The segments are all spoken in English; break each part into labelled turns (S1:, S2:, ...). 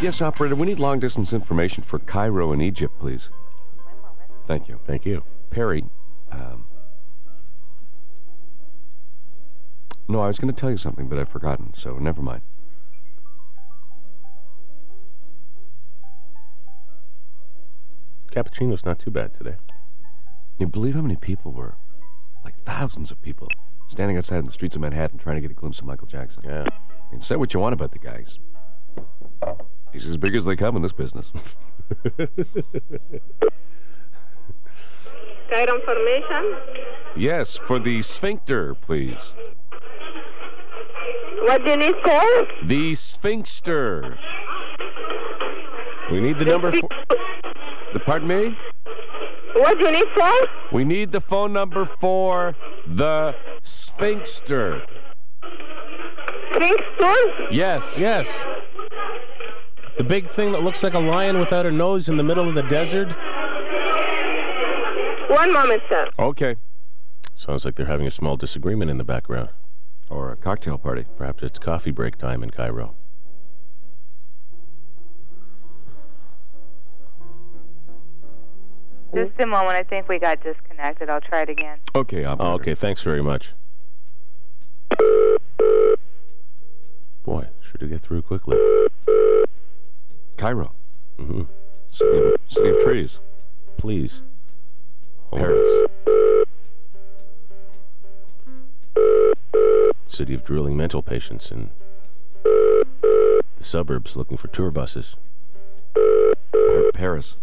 S1: Yes, operator, we need long distance information for Cairo and Egypt, please. Thank you.
S2: Thank you.
S1: Perry, um, no, I was going to tell you something, but I've forgotten, so never mind.
S2: Cappuccino's not too bad today.
S1: Can you believe how many people were? Like thousands of people standing outside in the streets of Manhattan trying to get a glimpse of Michael Jackson.
S2: Yeah.
S1: I mean, say what you want about the guys. He's as big as they come in this business.
S3: Cairo information.
S1: yes, for the sphincter, please.
S3: What do you need call?
S1: The sphincter.
S2: We need the number for.
S1: The pardon me?
S3: What do you need call?
S1: We need the phone number for the sphincter.
S3: Drink soon?
S1: Yes.
S2: Yes. The big thing that looks like a lion without a nose in the middle of the desert.
S3: One moment, sir.
S1: Okay.
S2: Sounds like they're having a small disagreement in the background.
S1: Or a cocktail party.
S2: Perhaps it's coffee break time in Cairo.
S4: Just a moment. I think we got disconnected. I'll try it again.
S1: Okay,
S2: Oh,
S1: operator.
S2: okay. Thanks very much. Boy, sure to get through quickly.
S1: Cairo. Mm-hmm. City of, city of trees.
S2: Please. Hold on.
S1: Paris.
S2: City of drooling mental patients and the suburbs looking for tour buses.
S1: Or Paris.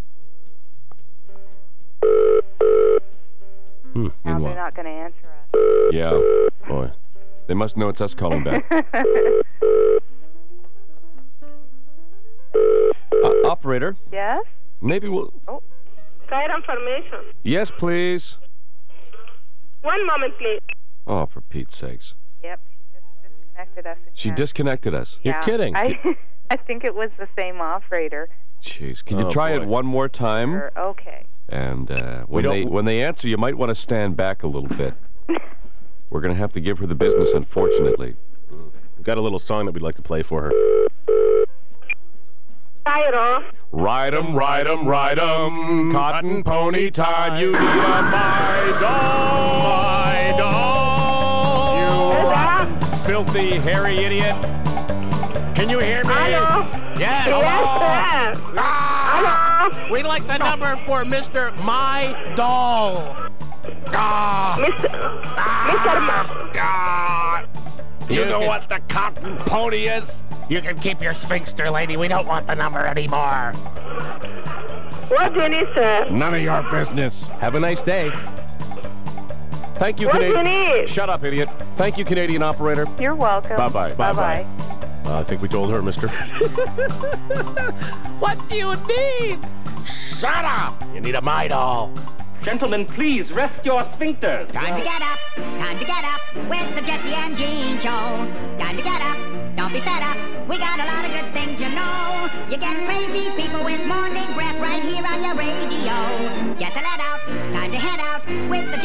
S4: Now they're
S1: Meanwhile.
S4: not going to answer us.
S1: Yeah.
S2: Hmm. Boy,
S1: They must know it's us calling back. Uh, operator,
S4: Yes?
S1: maybe we'll.
S3: Cairo information.
S1: Yes, please.
S3: One moment, please.
S1: Oh, for Pete's sakes.
S4: Yep. She just disconnected us. Again.
S1: She disconnected us.
S2: You're
S4: Yeah.
S2: kidding.
S4: I, I think it was the same operator.
S1: Jeez. Can you
S2: Oh,
S1: try it
S2: boy.
S1: one more time?
S4: Or, okay.
S1: And uh, when,
S2: don't-
S1: they, when they answer, you might want to stand back a little bit. We're going to have to give her the business, unfortunately.
S2: we've got a little song that we'd like to play for her.
S3: Cairo.
S1: Ride 'em, ride 'em, ride 'em. Cotton pony time. You need a Oh, my dog. My dog. You rotten, filthy, hairy idiot. Can you hear me?
S3: Hello.
S1: Yes. Ah.
S3: Yes, sir. Hello.
S5: We'd like the number for Mr. My Doll.
S1: Ah.
S3: Mr. Mr. Ma-
S1: You know
S5: can-
S1: what the cotton pony is?
S5: You can keep your sphincter, lady. We don't want the number anymore.
S3: what do you need, sir?
S1: None of your business.
S2: Have a nice day.
S1: Thank you,
S3: What do you
S1: Canadian.
S3: need?
S1: Shut up, idiot. Thank you, Canadian operator.
S4: You're welcome.
S1: Bye-bye.
S4: Bye bye.
S2: Uh, I think we told her, mister.
S5: What do you need? Shut up! You need a My Doll.
S6: Gentlemen, please rest your sphincters.
S7: Time to get up, time to get up with the Jesse and Gene show. Time to get up, don't be fed up. We got a lot of good things, you know. You get crazy people with morning breath right here on your radio. Get the let out, time to head out with the